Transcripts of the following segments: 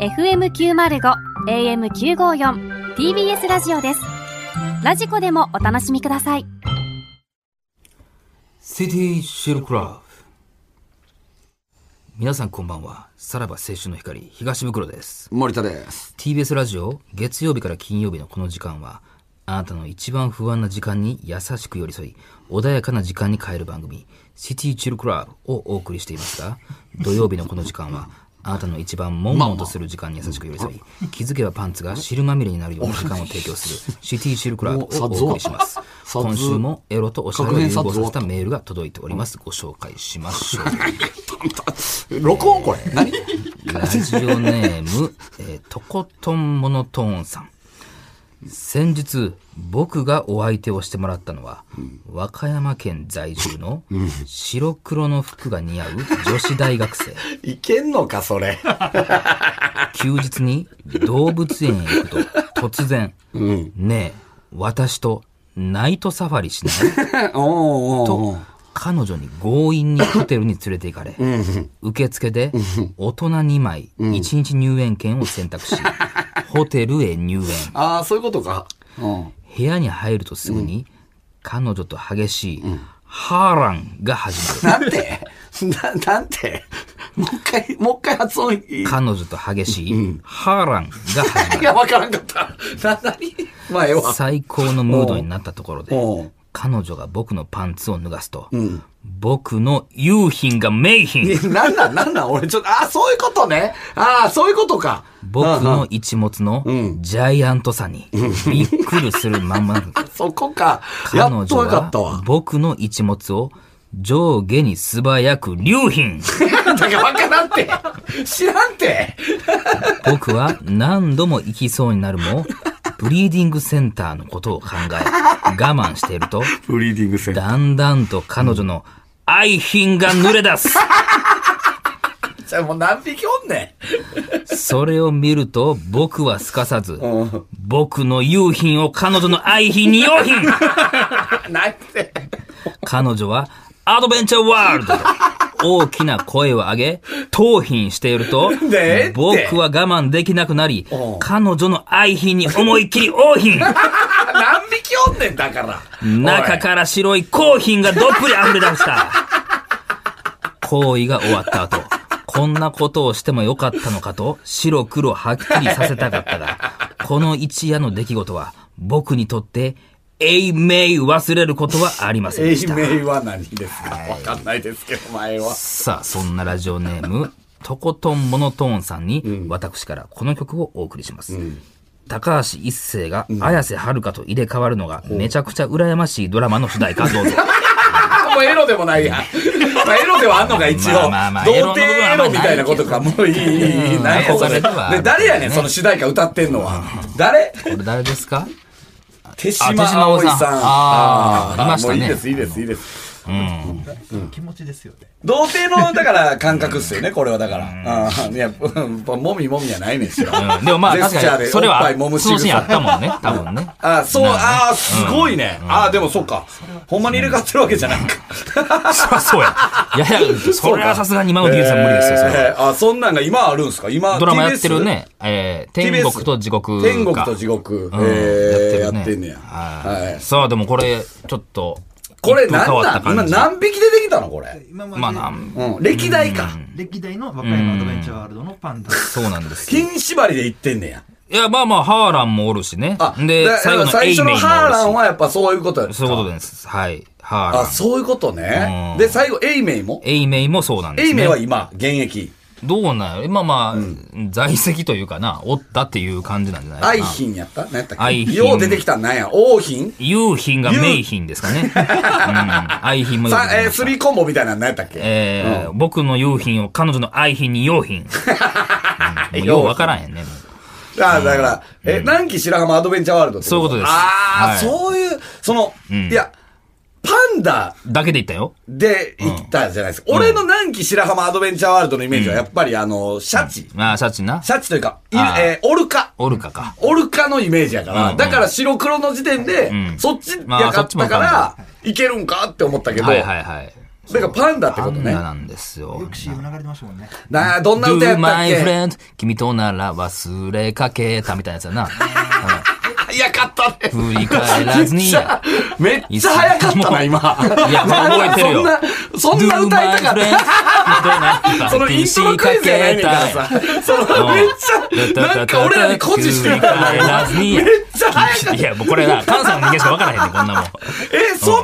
FM905 AM954 TBS ラジオですラジコでもお楽しみくださいシティシェルクラブ皆さんこんばんはさらば青春の光東袋です森田です。 TBS ラジオ月曜日から金曜日のこの時間はあなたの一番不安な時間に優しく寄り添い穏やかな時間に変える番組「シティチルクラブ」をお送りしていますが土曜日のこの時間はあなたの一番悶々とする時間に優しく寄り添い気づけばパンツが汁まみれになるような時間を提供する「シティチルクラブ」をお送りします殺像今週もエロとおしゃれを融合させたメールが届いておりますご紹介しましょう録音これ。何ラジオネーム、えーとことんモノトーンさん。先日、僕がお相手をしてもらったのは、和歌山県在住の白黒の服が似合う女子大学生。いけんのか、それ。休日に動物園へ行くと突然、ねえ、私とナイトサファリしない おーおーおと彼女に強引にホテルに連れて行かれ、受付で大人2枚、1日入園券を選択し、ホテルへ入園。ああ、そういうことか。うん。部屋に入るとすぐに、彼女と激しい、ハーランが始まる。なんてな、なんてもう一回、もう一回発音いい。彼女と激しい、ハーランが始まる い。や、わからんかった。な、なにまあ、ええわ。最高のムードになったところおでう、彼女が僕のパンツを脱がすと、僕の夕品が名品。いやなんなん、なんなん、俺ちょっと、ああ、そういうことね。ああ、そういうことか。僕の一物のジャイアントさにびっくりするまんまなのそこか。彼やっ女とわかったわは。僕の一物を上下に素早く流品 だからわからんて。知らんて。僕は何度も行きそうになるもブリーディングセンターのことを考え我慢しているとブリーディングセンだんだんと彼女の愛品が濡れ出すじゃあもう何匹おんねそれを見ると僕はすかさずん。 うん。僕の夕品を彼女の愛品に用品なんて。彼女はアドベンチャーワールドと大きな声を上げ、盗品しているとで、僕は我慢できなくなりおう、彼女の愛品に思いっきり王品何匹おんねんだから。中から白い高品がどっぷり溢れ出した行為が終わった後、こんなことをしてもよかったのかと、白黒はっきりさせたかったが、この一夜の出来事は、僕にとって、永明忘れることはありません英でした。名は何ですかわかんないですけど、前は。さあ、そんなラジオネー ム、とことんモノトーンさんに、私からこの曲をお送りします。高橋一生が綾瀬はるかと入れ替わるのがめちゃくちゃ羨ましいドラマの主題歌 どうぞ。あ、もうエロでもないやん。まあエロではあんのか、一まあ応まあまあ。童貞エロみたいなことか、もういいいい、いい、ん何やそれ。憧れてはあるで、誰やねん、その主題歌歌ってんのは。誰これ誰ですか手あ島手島葵葵ささんん。あーーいましたねもういいです、いいです、いいです。気持ちですよね。童貞の、だから、感覚っすよね、これはだから。うん。いや、もみもみやないねんしろ。うんでもまあジェ確スチャーかでに、それおっは、ぱい揉む仕草そのシーンあったもんね、 多分ね。 あ、そう、なんかねあー、すごいね。あー、でもそうか。ほんまに入れ替わってるわけじゃないか。そりゃそうや。いやいや、それはさすがに今の DK さん無理ですよ、それは。えーあ、そんなんが今あるんすか今、ドラマやってる TBS ね、えー天国と地獄か。天国と地うん獄。えーややってるねってんねや。はいはい。さあ、でもこれ、ちょっと、これ一風変わなったんなん今感じ何匹出てきたのこれ。今まあなまで、うん。歴代か。歴代の和歌山アドベンチャーワールドのパンダ。そうなんですよ。金縛りで行ってんねや。いや、まあまあ、ハーランもおるしね。あ、でだ、最後のエ最イメイもお初のるし。ハーランはやっぱそういうことやそういうことです。はい。ハーラあ、ン。そういうことねう。んで、最後、エイメイもエイメイもそうなんです、エね。イメイは今、現役。どうなんやまあまあ、在籍というかな、おったっていう感じなんじゃないかな。愛品やった何やったっ愛け品よう出てきたんなんや。王品夕品が名品ですかね。うん。愛品もよく出さてきまえー、したスリーコンボみたいなの何やったっけえー僕の夕品を彼女の愛品に用 品。うん、もうようわからんやんね。もうあだから、え、南紀白浜アドベンチャーワールドってそういうことですああ、はいそういう、その、いや、パンダだけで言ったよ。で行ったじゃないですか。俺の南紀白浜アドベンチャーワールドのイメージは、やっぱりあの、シャチ。まあ、シャチな。シャチというか、いあーえーオルカ。オルカか。オルカのイメージやから、うんだから白黒の時点で、んそっちやまあかそっっちもたわかからら、いけるんかって思ったけど、はいはいはい。それがパンダってこパとンねダ。なんですよ。よく CM 流れてましたもんね。なあ、どんな Do 歌やったっ my け friend, 君となら忘れかけたみたいなやつや な。早かったね。振り返ら ずにや。めっちゃ早かったな、今。いや、もう覚えてるよ。そんな、そんな歌いたかっ Do my friend, 君とならた。そのイントロクイズじゃないねんからさ。そのめっちゃ、なんか俺らに誇示していたな、今。めめっちゃ早か っいや、もうこれな、関西の人間しか分からへんねんこんなもん。た。え、そんな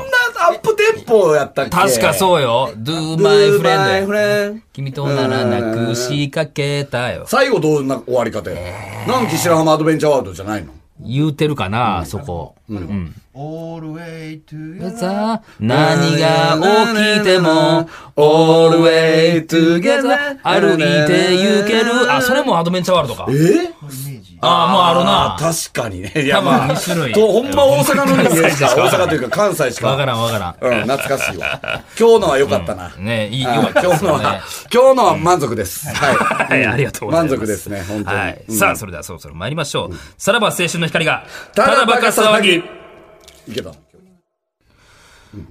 アップテンポやったっけ確かう。そうよ。do Do my my friend. friend. 君とならなくしかけたよ。最後どんな終わり方やなん岸白浜アドベンチャーワールドじゃないの言うてるかな、そこ。うん。 All way to 何が起きても、all way together 歩いて行ける。あ、それもアドベンチャーワールドか。えのイメージ。あー、もうあるな。確かにね。いや、多分まあ、二種類とほんま大阪の人関間しか、大西しか阪というか関西しか。わからんわからん。うん、懐かしいわ。今日のは良かったな。ねいい、よあかった今で日すのよはね。、今日のは満足です。は。はいい、ありがとうございます。満足ですね、本当に。はい。うんさあ、それではそろそろ参りましょう。さらば青春の光が、ただばバかカ騒ぎぎ。。いけた。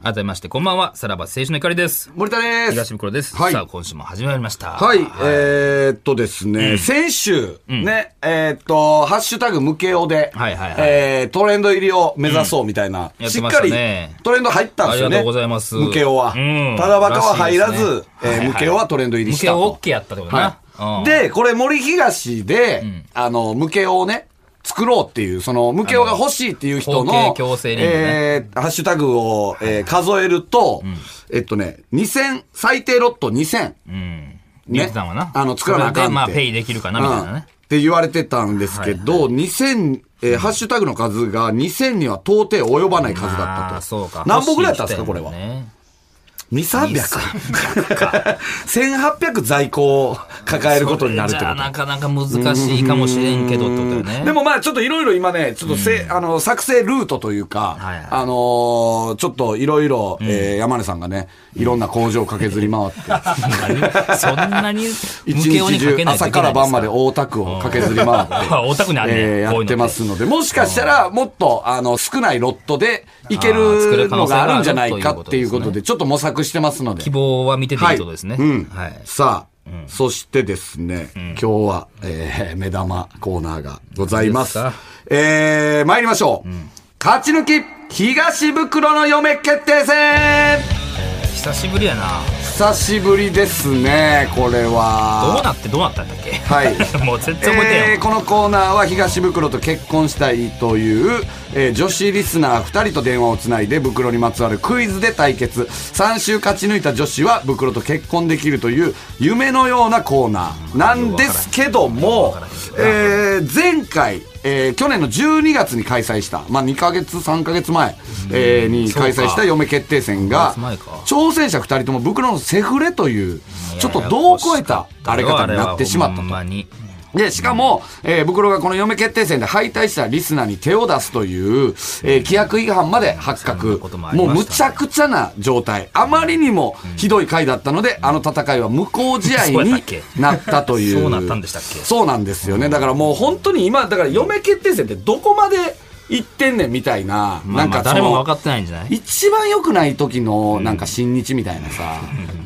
改めまして、こんばんは。さらば青春の光です。森田で東す。袋です。はいさあ、今週も始まりました。はい、えー、っとですね、先週、ね、えー、っと、ハッシュタグ無形で、はいはいはいえー、トレンド入りを目指そうみたいな、うんやっしてっましかたりねトレンド入ったんですよね。ありがとうございます無形は。うんただバカは入ららしいでず、すねえはいはいー無形はトレンド入り向しけたと。オッケーやったってことは。ないうんで、これ森東で、あの、無形をね、作ろうっていう、その、無形が欲しいっていう人あのの、包茎矯正リングねえー、ハッシュタグを、えー数えると、えっとね、2000、最低ロット2000。うん。ねリンクさんはな。あの作らなあかんっそれてでまあ、ペイできるかな、みたいなうんっね。て言われてたんですけど、2000、えーハッシュタグの数が2000には到底及ばない数だったあと。ーそうか。何本ぐらいやったんですか、これは。ね2、300。1800在庫を抱えることになるってそこれとじゃ。なかなか難しいかもしれんけどってことだよね。でもまあちょっといろいろ今ね、ちょっとせ、あの、作成ルートというか、はいはいあのーちょっといろいろ、えー山根さんがね、いろんな工場を駆けずり回って、そんなに、 一無形日にかけ中ないと朝いけかないらんです晩まで大田区を駆けずり回って、あ 大田区にあんねんえーやこういうのってってますので、もしかしたらもっと、あの、少ないロットでいけあー作れるる可の能性ががああるるんんじじゃゃなないいかかっていうことで、ちょっと模索してますので。希望は見てていいってことですね。うんはい。さあ、そしてですね、今日は、えー目玉コーナーがございます。何でえー、参りましょう。勝ち抜き、東袋の嫁決定戦久しぶりやな。久しぶりですね、これどうは。なってどうなったんだっけはい。 もう全然覚えてんえよー、。このコーナーは東袋と結婚したいという、えー女子リスナー2人と電話をつないで袋にまつわるクイズで対決3週勝ち抜いた女子は袋と結婚できるという夢のようなコーナーなんですけどもからへんけ、どなえー前回、えー去年の12月に開催した、まあ、2ヶ月3ヶ月前、えーに開催した嫁決定戦がそうか前か挑戦者2人とも袋のセフレというちょっと度を超えたあれ方になってしまったほんまに。で、しかも、えー、袋がこの嫁決定戦で敗退したリスナーに手を出すという、えー規約違反まで発そん覚なこともありもまうしたねむちゃくちゃな状態。あまりにもひどい回だったので、あの戦いは無効試合そうやったにっけなったという。そうなったんでしたっけそうなんですよね。だからもう本当に今、だから嫁決定戦ってどこまで行ってんねんみたいな、まあまあ、その誰も分かってないんじゃない一番良くない時のなんか新日みたいなさ、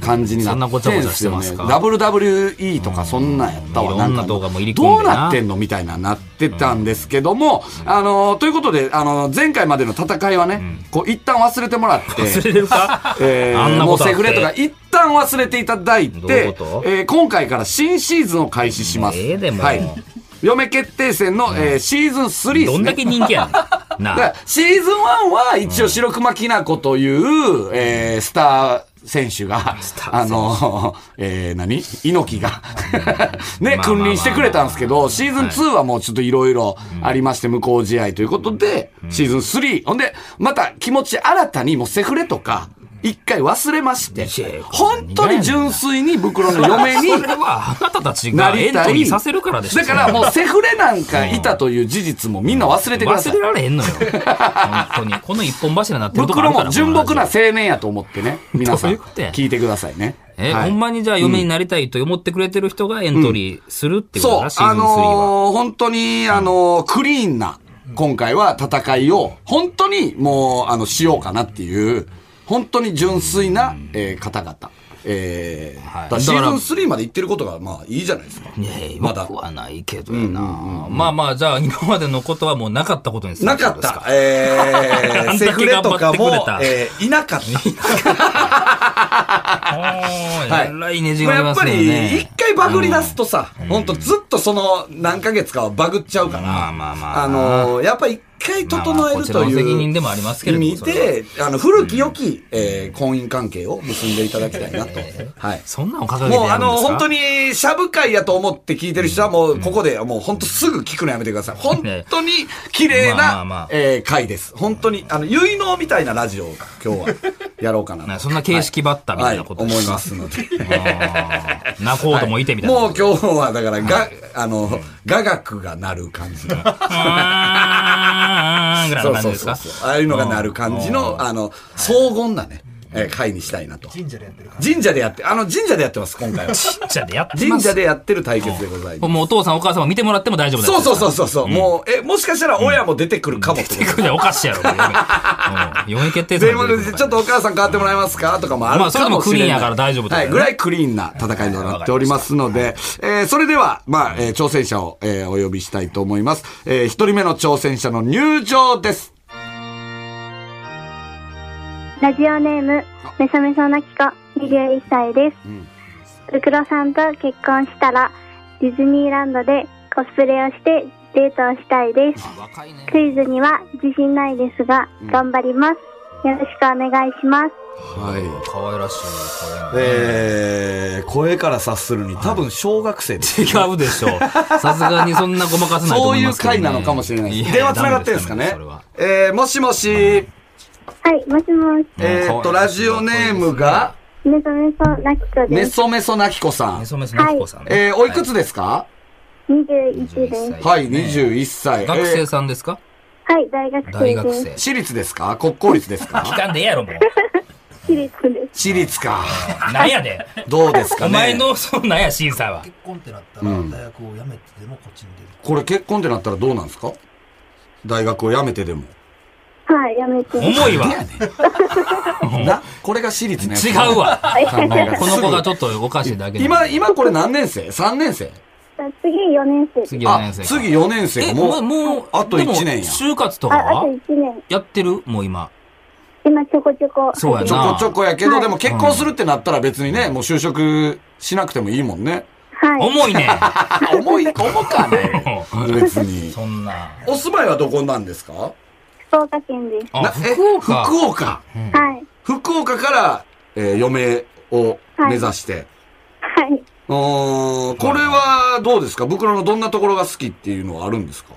感じになそんなごっちゃてごんちゃすよね。してますか WWE とかそんなんやったわ。うんなんいろんかな動画も入り込んでどなうなってんのみたいななってたんですけども、あの、ということで、あの、前回までの戦いはね、こう一旦忘れてもらって、忘れるかえーあんなもこうとあってセフレとか一旦忘れていただいどういてうこと、えー今回から新シーズンを開始します。ええでもはい。嫁決定戦の、えーシーズン3ですね。どんだけ人気やねん。だかなあら。シーズン1は一応白熊きなこという、えースター選手が、タあー選手の、えー、何猪木が、ね、まあまあまあ君臨してくれたんですけど、シーズン2はもうちょっといろいろありまして、無効試合ということで、シーズン3。ほんで、また気持ち新たにもうセフレとか、一回忘れましていやいや、本当に純粋に袋の嫁に そ、れは、あなたたちながエりントたリい。ーさせるからでしょ。だからもうセフレなんかいたという事実もみんな忘れてください忘れ。られへんのよ。本当に。この一本柱になってるとこあ袋るからも純朴な青この話年やと思っ てね、皆さどん、ういうことや聞いてくださいね。え、はいほんまにじゃあ嫁になりたいと思ってくれてる人がエントリーするってことそうだ、、シーズあン3は。のー本当に、あのークリーンな、今回は戦いを、本当にもう、あの、しようかなっていう、本当に純粋な、えー方々。えーはいだからシだからーズン3まで行ってることが、まあいいじゃない ですか。いやいや、まだ僕はないけどやな、まあまあ、じゃあ今までのことはもうなかったことにするなかっどうですた。 えあー、んだけセフレとかも頑張って、くれえーいなか った。はい。えらいねじまがありまあやっぱすより、ね一。回バグり出すとさ、ほんとずっとその何ヶ月かはバグっちゃうから、まあまあまああのーやっぱ一回整えるとまあまあこちらの責い任うでもありますけれ意ども味それで、あの、古き良き、えー婚姻関係を結んでいただきたい なと。はい。そんなんを掲げてもうやあるんでの、すか本当に、シャブ会やと思って聞いてる人はもう、ここで、もう本当すぐ聞くのやめてください。 本当に、綺ま麗あまあまあな、えー会です。本当に、あの、結納みたいなラジオを今日は、やろうか ななと。そんな形式ばったみたいなことはいで思いすかますの で。あー 泣こうともいてみたいな。もう今日は、だから、が、あの、雅楽が鳴る 感じの。あーぐらいの感じですかそうそうそうああいうのが鳴る感じの、あの、荘厳なね、えー会にしたいなと。神社でやってるから。神社でやって、あの、神社でやってます、今回は。神社でやってま神す社でやってる対決でござ います。もうお父さんお母さんも見てもらっても大丈夫だそうそうう。そうそうそう、もう、え、もしかしたら親も出てくるかもってことこれおかしいやろ。4位決定全戦部でちょっとお母さん変わってもらえますかとかもあるまあそれかでももしれなクい。リーンやから大丈夫ってことはだい、ねぐらいクリーンな戦いとなっておりますので、えーそれでは、まあ、えー挑戦者を、えーお呼びしたいと思います。えー一人目の挑戦者の入場です。ラジオネーム、めそめそなきこ、21歳です。ブクロさんと結婚したら、ディズニーランドでコスプレをしてデートをしたいです。若いね。クイズには自信ないですが、頑張ります。よろしくお願いします。はい。可愛らしい声ね。えー、声から察するに多分小学 生です。違うでしょ。さすがにそんなごまかさないとそう思いいまうすけどね回なのかもしれないです。や電話繋がってるんですかねダメダメえー、もしもし、はい、もしもし、それはえーっと、ラジオネームが、めそめそなきこメです。ソメソなきこさんメ。ソメソのひこさんね。えー、おいくつですか21です。はい、21歳。学え生ーさんですかはい、大学大生学です。生。私立ですか国公立です聞かかんでええやろ、も私立です。私立か。う。なんや で。どうですかねお前の、そんなんや、審査は。結婚ってなったら、大学を辞めてでもこっちに出る。これ結婚ってなったらどうなんですか大学を辞めてでも。はい、やめて。重いわ。な、これが私立ね。違う。 わ。この子がょっちょっとおかしいだけで今、今これ何年生 ?3 年生 次4年生です。次4あ年、生か。次4年生え、か。もう、もう、もう、あとでも一年や就活とかあ、あとは1年。やってるもう今。今ちょこちょこ。そうやなちょこちょこやけはど、いでも結婚するってなったら別にね、もう就職しなくてもいいもんね。はい。重いね。あ、重い、重かね。別に。そんな。お住まいはどこなんですか福岡県です。あ、なえ福岡。福岡。はい。福岡から、えー、嫁を目指して。はい。うーんこれはどうですか袋のどんなところが好きっていうのはあるんですか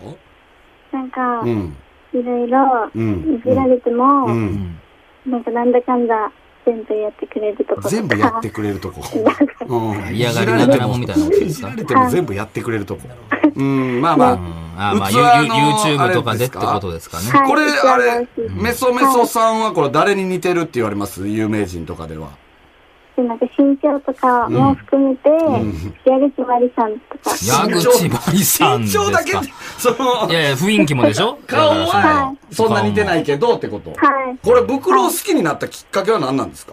なんかう、ん。いろいろ、うんいじられても、う。うんんなんかなんだかんだ、全部やってくれるところ全部やってくれるとこ。うん嫌がりながらもみたいなことでいすじかられても全部やってくれるとこ。うん、まあまあ。うんあ、まあ、器ユのー YouTube とあかれででっすてかことですかね。はいこれ、一あ番れ美味しい、メソメソさんはこれ誰に似てるって言われます有名人とかでは。 でなんか身長とかも含めて、ん矢口まりさんとか、矢口まりさん身ですか長だけ、そのい、やいや、雰囲気もでしょ。顔はそんな似てないいけどってこと。はい。これ、袋を好きになったきっかけは何なんですか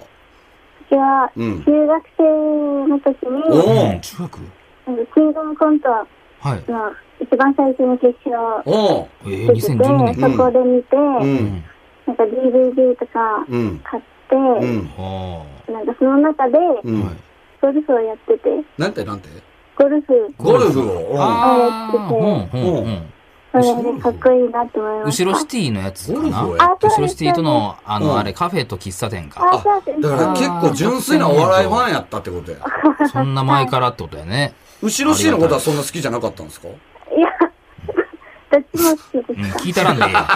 私は、うん中学生の時に、うおん、う中学なんかキングオブコントはい。の一番最初の決勝おうえ出ー、てて、 2012年。そこで見て、うん。なんか DVD とかうん。買って、うん。あなんかその中で、うん。ゴルフをやってて、なんてなんてゴルフ、ゴルフを。うあ。んあーうんうんうん。それでかっこいいなって思いました。後ろシティのやつかなゴルフをやって後ろシティとの、あうの、んあれ、カフェと喫茶店か。あ、そうです。だから結構純粋なお笑いファンやったってことや。そんな前からってことやね。後ろ C のことはそんな好きじゃなかったんですかいや、どっちも好きうん、です。聞いたらんでええや。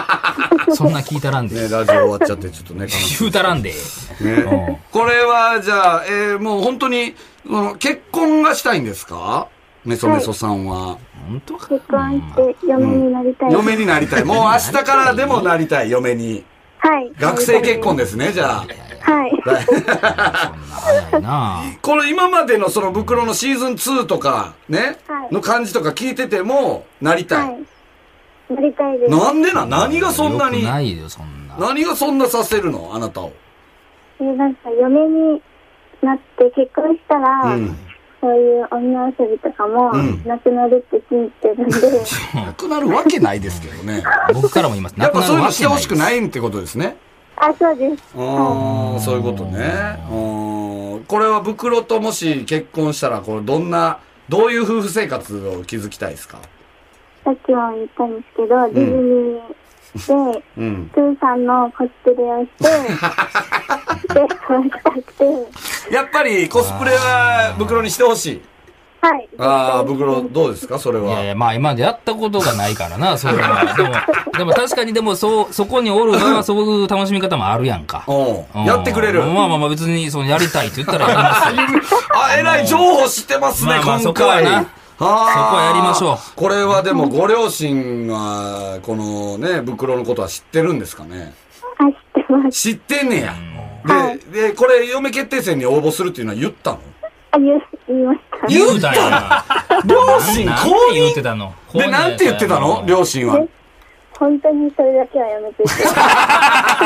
そんな聞いたらんでえね、ラジオ終わっちゃってちょっとね、え。言うたらんでえ悲しえ。いねうんこれはじゃあ、えーもう本当に、その結婚がしたいんですかメソメソさんは。本当か。結婚して嫁になりたい。嫁になりたい。もう明日からでもなり たい、嫁に。はい。学生結婚ですね、じゃあ。はい。そんな早いなこの今までのその袋のシーズン2とか、ね、はいの感じとか聞いてても、なりたい。はい。なりたいです。なんでな何がそんなよにくないよ、そんな。何がそんなさせるのあなたを。えーなんか嫁になって結婚したら、うんそういう女遊びとかもうんなくなるって信じて るんで、なくなるわけないですけど ね。僕からも言います。やっぱそういうのしてほしくい。ないってことですね。あそうですうーん、そういうことね。うーん。これは袋ともし結婚したら、これどんな、どういう夫婦生活を築きたいですかさっきも言ったんですけど、ディズニーでうん。プーさんのコスプレをして デートをしたくてやっぱりコスプレは袋にしてほしい。はいああ、袋、どうですかそれいやいは。や、まあ今までやったことがないからな、そういうのは。でも、でも確かにでも、そう、そこにおるの はそういう楽しみ方もあるやんか。うん。やってくれる。まあまあまあ別に、そのやりたいって言ったらやりますよ。 あ、えらい情報知ってますね、まあまあ今そこは回。なそこはそこはやりましょうこれはでもご両親が、このね、袋のことは知ってるんですかねあ知ってます知ってんねや。はで、で、これ、嫁決定戦に応募するっていうのは言った のあ言う言いました 言うたよな。両親なん公て言って認たので、なんて言ってたの両親は。本当にそれだけはやめてくださ い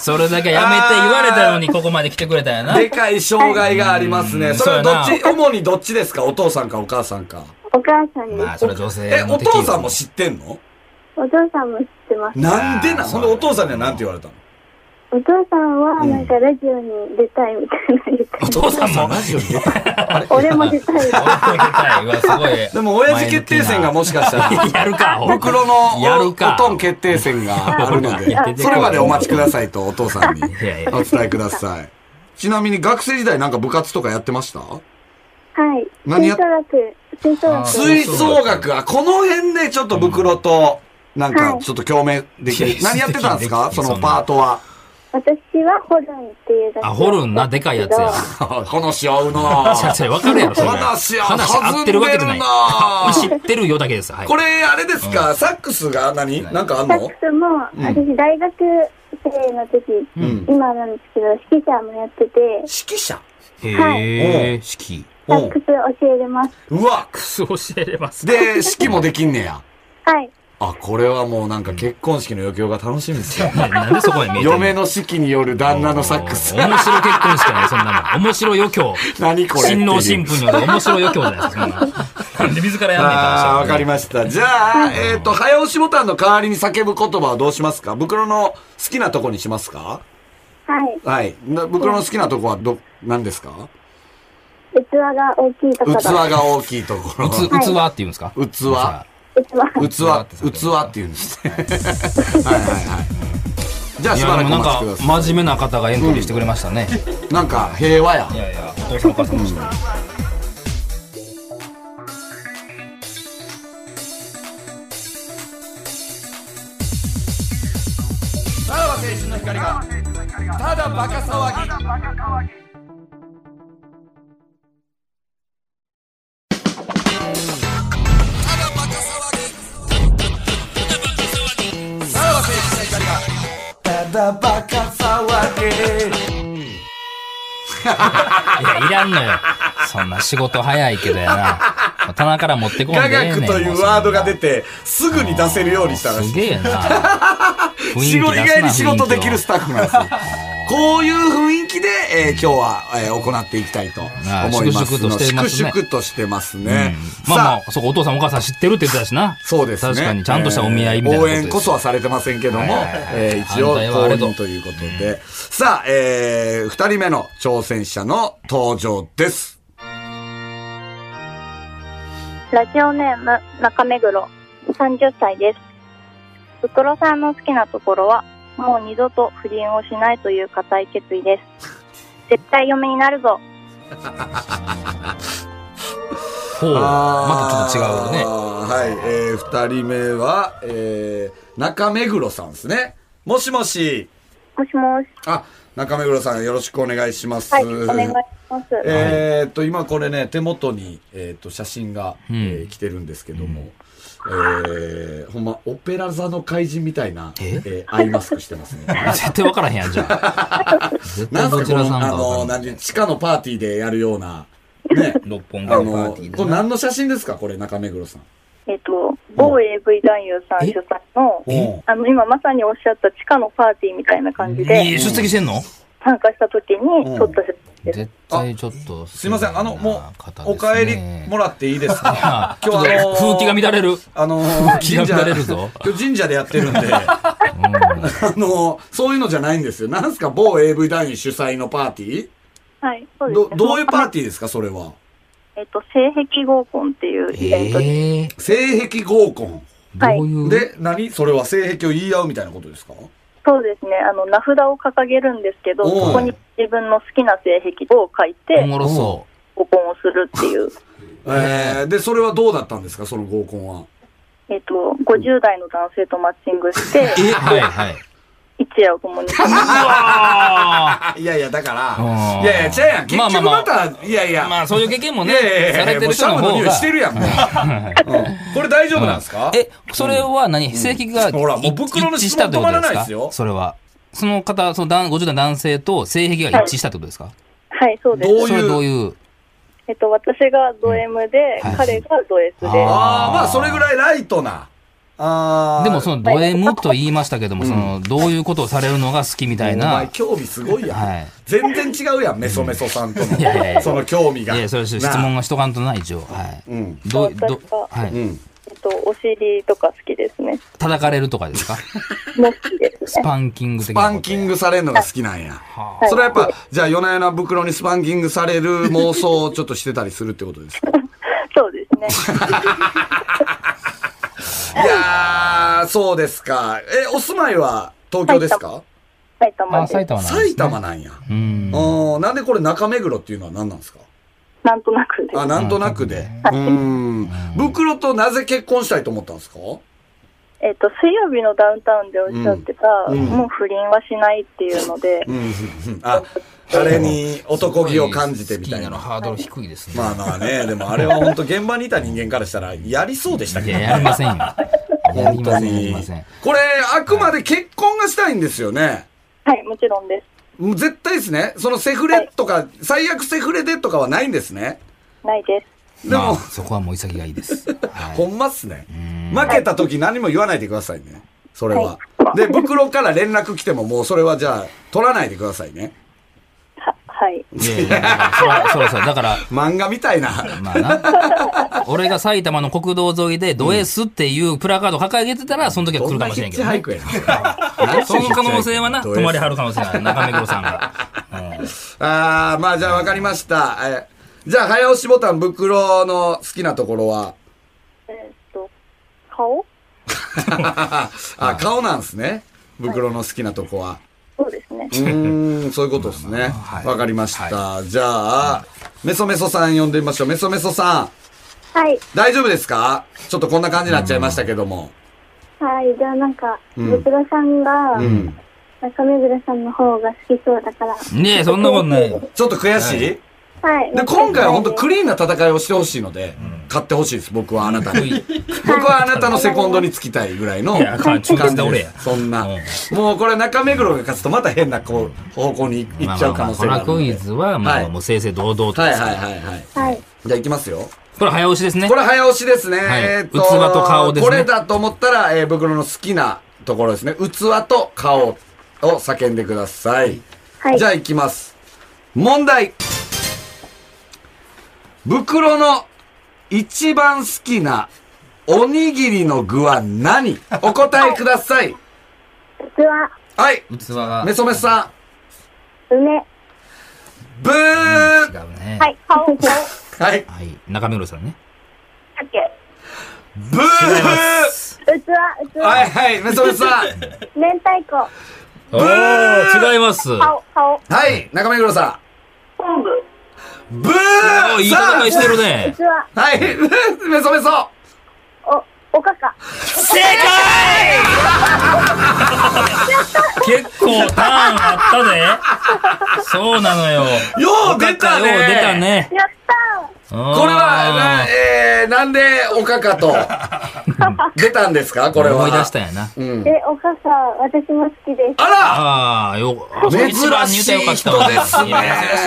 それだけやめて言われたのにここまで来てくれたんやな。でかい障害がありますうね。んそれはどっそうち、主にどっちですかお父さんかお母さんか。お母さんです、まあそれは女性え、のお敵よ父さんも知ってんのお父さんも知ってますなんでなあーんほんでお父さんにはなんて言われたのお父さんはなんかラジオに出たいみたいな言ってお父さんも。ジオに俺も出たい 俺も出たいわすごい。 でも、親父決定戦がもしかしたら。やるか、ほん袋のやるおか。とん決定戦があるのやっててで、それまでお待ちくださいとお父さんにいやいやお伝えください。ちなみに学生時代なんか部活とかやってましたはい何やっ吹奏楽吹あ奏楽吹奏楽は、この辺でちょっと袋と、なんかちょっと共鳴できはいる。何やってたんで すかいやそのパートは。私はホルンっていう楽器あ、ホルンな、でかいやつや。話合う なちゃちゃ、わかるやろ、それ。話合う。話合ってるわけじゃない。弾んで知るってるよだけです。はい。これ、あれですかサックスが何なんかあんサッのクスも、私大学生の時、ん今なんですけど指揮者もやってて指揮者へえ、式。サックス教えれますうわクソ教えれます。で、指揮もできんねや。はいあ、これはもうなんか結婚式の余興が楽しみですよ。なんでそこに見えてんの嫁の式による旦那のサックス。面白結婚しかない、そんなもん。面白余興。何これ新郎新新婦による面白余興じゃないですか、そんな。なんで自らやんねんって話だああ、わかりまました。じゃあ、えっ、と、早押しボタンの代わりに叫ぶ言葉はどうしますか袋の好きなとこにしますかはいはい。な袋の好きなとこはど、何ですか器が大きいとこ器ろが大きいところ。器はいって言うんですか器器、器って言うんですね。はいはいはい。じゃあいしやばでらもくおなんか待ちくださ真面目な方がエントリーしてくれましたね、い。なんか平和やい。 やいやお父さんお母さんもしてるさらば青春の光が、ただバカ騒ぎ。ただバカ騒げいやいらんのよそんな仕事早いけどやな棚から持ってこんで科ええねん学というワードが出て、すぐに出せるようにしたらしすい。げえな仕事、意外に仕事できるススタッフなんですよ。こういう雰囲気で、えー今日は、えー行っていきたいと思ああいますので。粛々としてますね粛々としてます ね。まあまさあ、そうかお父さんお母さん知ってるって言ってたしな。そうですね。確かに、ちゃんとしたお見合いみたいなとえー応ですよ援こそはされてませんけども、はいはいはいえー一応、反対はあれど公認ということで。さあ、えー、二人目の挑戦者の登場です。ラジオネーム中目黒30歳です袋さんの好きなところはもう二度と不倫をしないという固い決意です 絶対嫁になるぞほう。またちょっと違うね。はい、えー、二人目は、えー、中目黒さんですね。もしもし、もしもしあ、中目黒さんよろしくお願いします。はいお願いしますえーっと、今これね、手元に、えーっと、写真が、うんえー来てるんですけども、えー、ほんま、オペラ座の怪人みたいな、ええーアイマスクしてます ね。絶対分からへんやん、じゃあ。絶対なんすどかちこらさの、んあかの、分からなんへん。、で、地下のパーティーでやるような、ね六本木あのパーのティー、でこれな。何の写真ですかこれ、中目黒さん。えっと、某 AV 男優さんえ主催のえ、あの、今まさにおっしゃった地下のパーティーみたいな感じで、え出席してんの参加した時に撮った写真です。絶対ちょっとすいません、あの、もう、お帰りもらっていいです か今今日日あのー風紀が乱れる。あのー気が神社乱れるぞ今日神社でやってるんで、あ のーそういうのじゃないんですよ。なんすか、某 AV 団員主催のパーティはい、そうーですど、ね。どういうパーィティーですか、それは。ーえっと、性癖合コンっていうイベントで、ええ性癖合コン。どはいういう。で、何それは性癖を言い合うみたいなことですかそうですね、あの、名札を掲げるんですけど、おうそこに自分の好きな性癖を書いおもて、ろそ合コンをするっていう。えー、で、それはどうだったんですか、その合コンは。えっと、50代の男性とマッチングして、う。え、はいはい。一夜を共にしましたあ、いやいや、だかあーら、いやいや、ちゃうやん。結まあまあ局まあまた、いやいや、まあそういう経験もいね、やいやいさやいれや、てもるうシ人ャのムの方匂いが。してるやん、もう。うんこれ大丈夫なんですかえ、それは何性癖が一ほらもう袋の致したっ質問てことで止まらないすでかすよそれは。その方、その男50代の男性と性癖が一致したってことですかはい、そうです。どうそれはどういう。いう。えっと、私がド M で、はい彼がド S で、あああ、まあ、それぐらいライトな。ああ。でもそのド M と言いましたけども、その、どういうことをされるのが好きみたいお前な。興味すごいやん、はい全然違うやんメソメソさんとの、いやいやいやその興味いがや、それ質問がしとかんとない、一応。はい。うん。どう、どうそう、はうい。ん。えっと、お尻とか好きですね。叩かれるとか ですかも好きですスね。パンキングス的なこと。パンキングされるのが好きなんや。はいそれはやっぱ、じゃあ、夜な夜な袋にスパンキングされる妄想をちょっとしてたりするってことですかそうですね。いやー、そうですか。え、お住まいは東京ですか埼玉あ、です。埼玉なんです埼ね玉なんや。うん。うん。なんでこれ中目黒っていうのは何なんですかなんとなくです。あ、なんとなくで。うん。袋となぜ結婚したいと思ったんですかえっと、水曜日のダウンタウンでおっしゃってた、んもう不倫はしないっていうので、うん。あ、あれに男気を感じてみたスキいーのな。ハードル低いですね。まあまあね、でもあれは本当現場にいた人間からしたら、やりそうでしたいけどや、ねやりませんよ。やり 本ま当せん、やりにません。。これ、あくまで結婚がしたいんですよね。はい、もちろんです。もう絶対ですね。そのセフレとか、最悪セフレでとかはないんですね。ないです。でまあも、そこはもう潔がいい です。はいほんまっすね。負けた時何も言わないでくださいね。それは。で、袋から連絡来てももうそれはじゃあ、取らないでくださいね。は、はい。いやいや、だからそらそらそら、だから、漫画みた いな。まあな。俺が埼玉の国道沿いで、ド S っていうプラカード掲げてたら、その時は来るかもしれんけど、ね。や ねんその可能性はな、どうや泊まりはる可能性がある、中目黒さんが。 うんあー、まあじゃあわかりました。えじゃあ、早押しボタン、袋の好きなところ は。えっと、顔あ、顔なんですね。袋の好きなとこは。そうですね。うーん、そういうことですね。わかりました。じゃあ、メソメソさん呼んでみましょう。メソメソさん、はい。大丈夫ですかちょっとこんな感じになっちゃいましたけども。はい。じゃあなんか、んブクロさんが、中目黒さんの方が好きそうだから。ねえ、そんなことないよ。ちょっと悔しい、はい。で、今回は本当クリリーンな戦いをしてほしいので、買ってほしいです。僕はあなたに。僕はあなたのセコンドにつきたいぐらいのいや、感じ中間で俺でやす。そんなうん。もうこれ中目黒が勝つとまた変なこう方向に行まっあちゃまう可あま能あ、性こがあのるのクイで。ズは、まあはまあいもう正々堂々と。はいはいはいはい。はい。じゃあ行きますよ。これ早押しですねこ。れ早押しですね。はいえー器と顔ですねこれだと思ったら、えー、袋の好きなところですね。器と顔を叫んでください。はいじゃあ行きます。問題。袋の一番好きなおにぎりの具は 何お答えください。普通は、はい。器がメソメソさん。梅。ブー、違うね。はい。 顔。顔。はい。はい。中目黒さんね。ブー器。器。はいはい。メソメソさん。 明太子。おー、違います。顔。顔。はい。中目黒さ昆布。ん。ブーおーいい戦いしてるね器。。はい、めそめそ。お、おかか。正解結構ターンあったで。そうなのよ。よう出たね。よう出た。ね。やったこれこれは、な、えー、なんで、おか かと、出たんですかこれは。思い出したんやな。ー。え、おかか、私も好きです。あああ、よ、珍しい一番に言うてよかったわ人ですねいや珍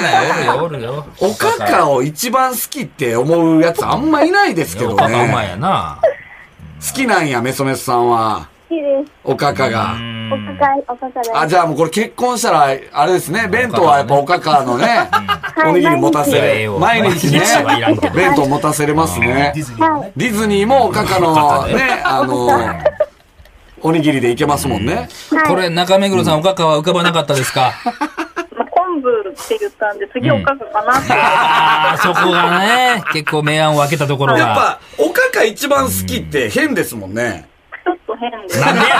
しいな、おるよ、おるよ。らおかかを一番好きって思うやつあんまいないですけよどおね。かかお前やな。好きなんや、めそめそさんは。好きです。おかかが。おかかい、おかかです。あ、じゃあもうこれ結婚したら、あれですね、弁当はやっぱおかかのね、うんおにぎり持たせはいれやる。毎毎日日ねはいらんけ、ど弁当持たせれますねディ。ズニーのね。ディズニーもおかかのね、あの、おにぎりでいけますもんね。はいこれ、中目黒さん、おかかは浮かばなかったですかまあ、昆布って言ったんで、次おかかかなって。ああ、そこがね、結構明暗を分けたところやっが。ぱ、おかか一番好きって変ですもんね。ちょっと変で。なんでやねん。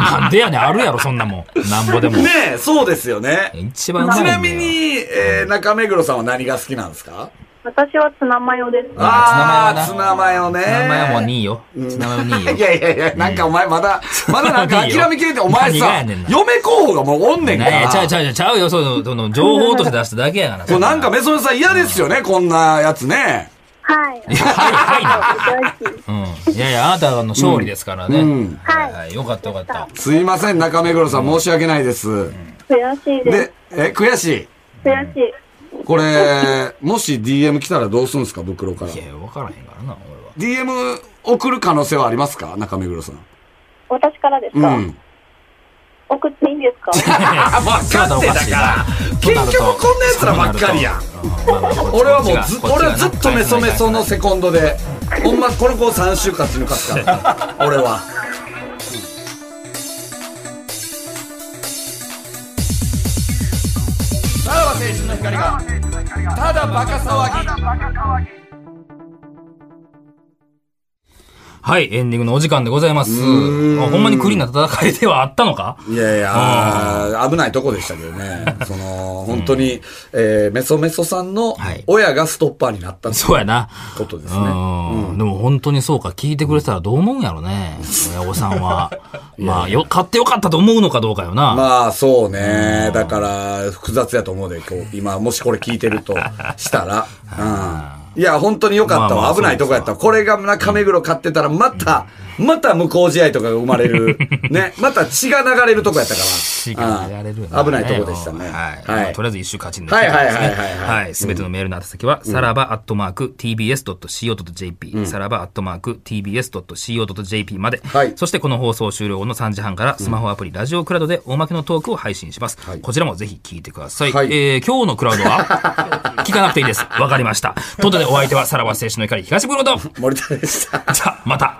なんでやねん、あるやろ、そんなもん。なんぼでも。ねえ、そうですよね。一番うまいちんだなよみに、えー中目黒さんは何が好きなんですか私はツナマヨです。あーツナマヨね。ツナマヨも2位よ。ツナマヨ2位よ。いやいやいや、なんかお前 まだ、まだなんか諦めきれて、お前何がさやねん、な嫁候補がもうおんねんかねえ、ちゃら。うちゃうちゃうちゃうよ、その、その、情報として出しただけやからこうなんか、メソメソさん嫌ですよね、こんなやつね。はい。はい、はい 大好きな。うん。いやいや、あなたの勝利ですからね。うんはいはい、よかったよかった。すいません、中目黒さん、申し訳ないです。悔しいですで。、え、悔し悔しい。い。これ、もし DM 来たらどうするんですか、袋からい。や、わからへんからな、俺は。 DM 送る可能性はありますか中目黒さん。私からですうか、ん。送っていいんですか分かってたから結局こんな奴らばっかりやん俺はもうず、俺はずっとメソメソのセコンドで、ほんま、この子を3週勝ち抜かすから、俺は。さらば青春の光が、ただバカ騒ぎ。はいエンディングのお時間でございますーんあほんまにクリーンな戦いではあったのかいやいや、危ないとこでしたけどね。その、本当に、えーメソメソさんのはい親がストッパーになったそうやなことですうね。んでも本当にそうか聞いてくれてたらどう思うんやろね親御さん はまあよ買ってよかったと思うのかどうかよなまあそうね。だから複雑やと思うで、今 日、今、もしこれ聞いてるとしたら。うん。いや、本当に良かったまあまわ。あ危ないとこやったわ。これが中目黒買ってたら、また、また無効試合とかが生ま れる。ね。また血が流れるとこやったから。血が流れるようん危ないとこでしたね。はい。まはあいと。りあえず一周勝ちになったんですね。はいはいはいはいはいはい。すべてのメールの宛先は、さらばアットマーク tbs.co.jp、さらばアットマーク tbs.co.jp まで。はいそしてこの放送終了後の3時半から、スマホアプリラジオクラウドで大まけのトークを配信します。こちらもぜひ聞いてください。はいえー今日のクラウドは、 聞かなくていいです。わかりました。ということでお相手は、さらば青春の怒り東ブロード。森田でした。じゃあ、また。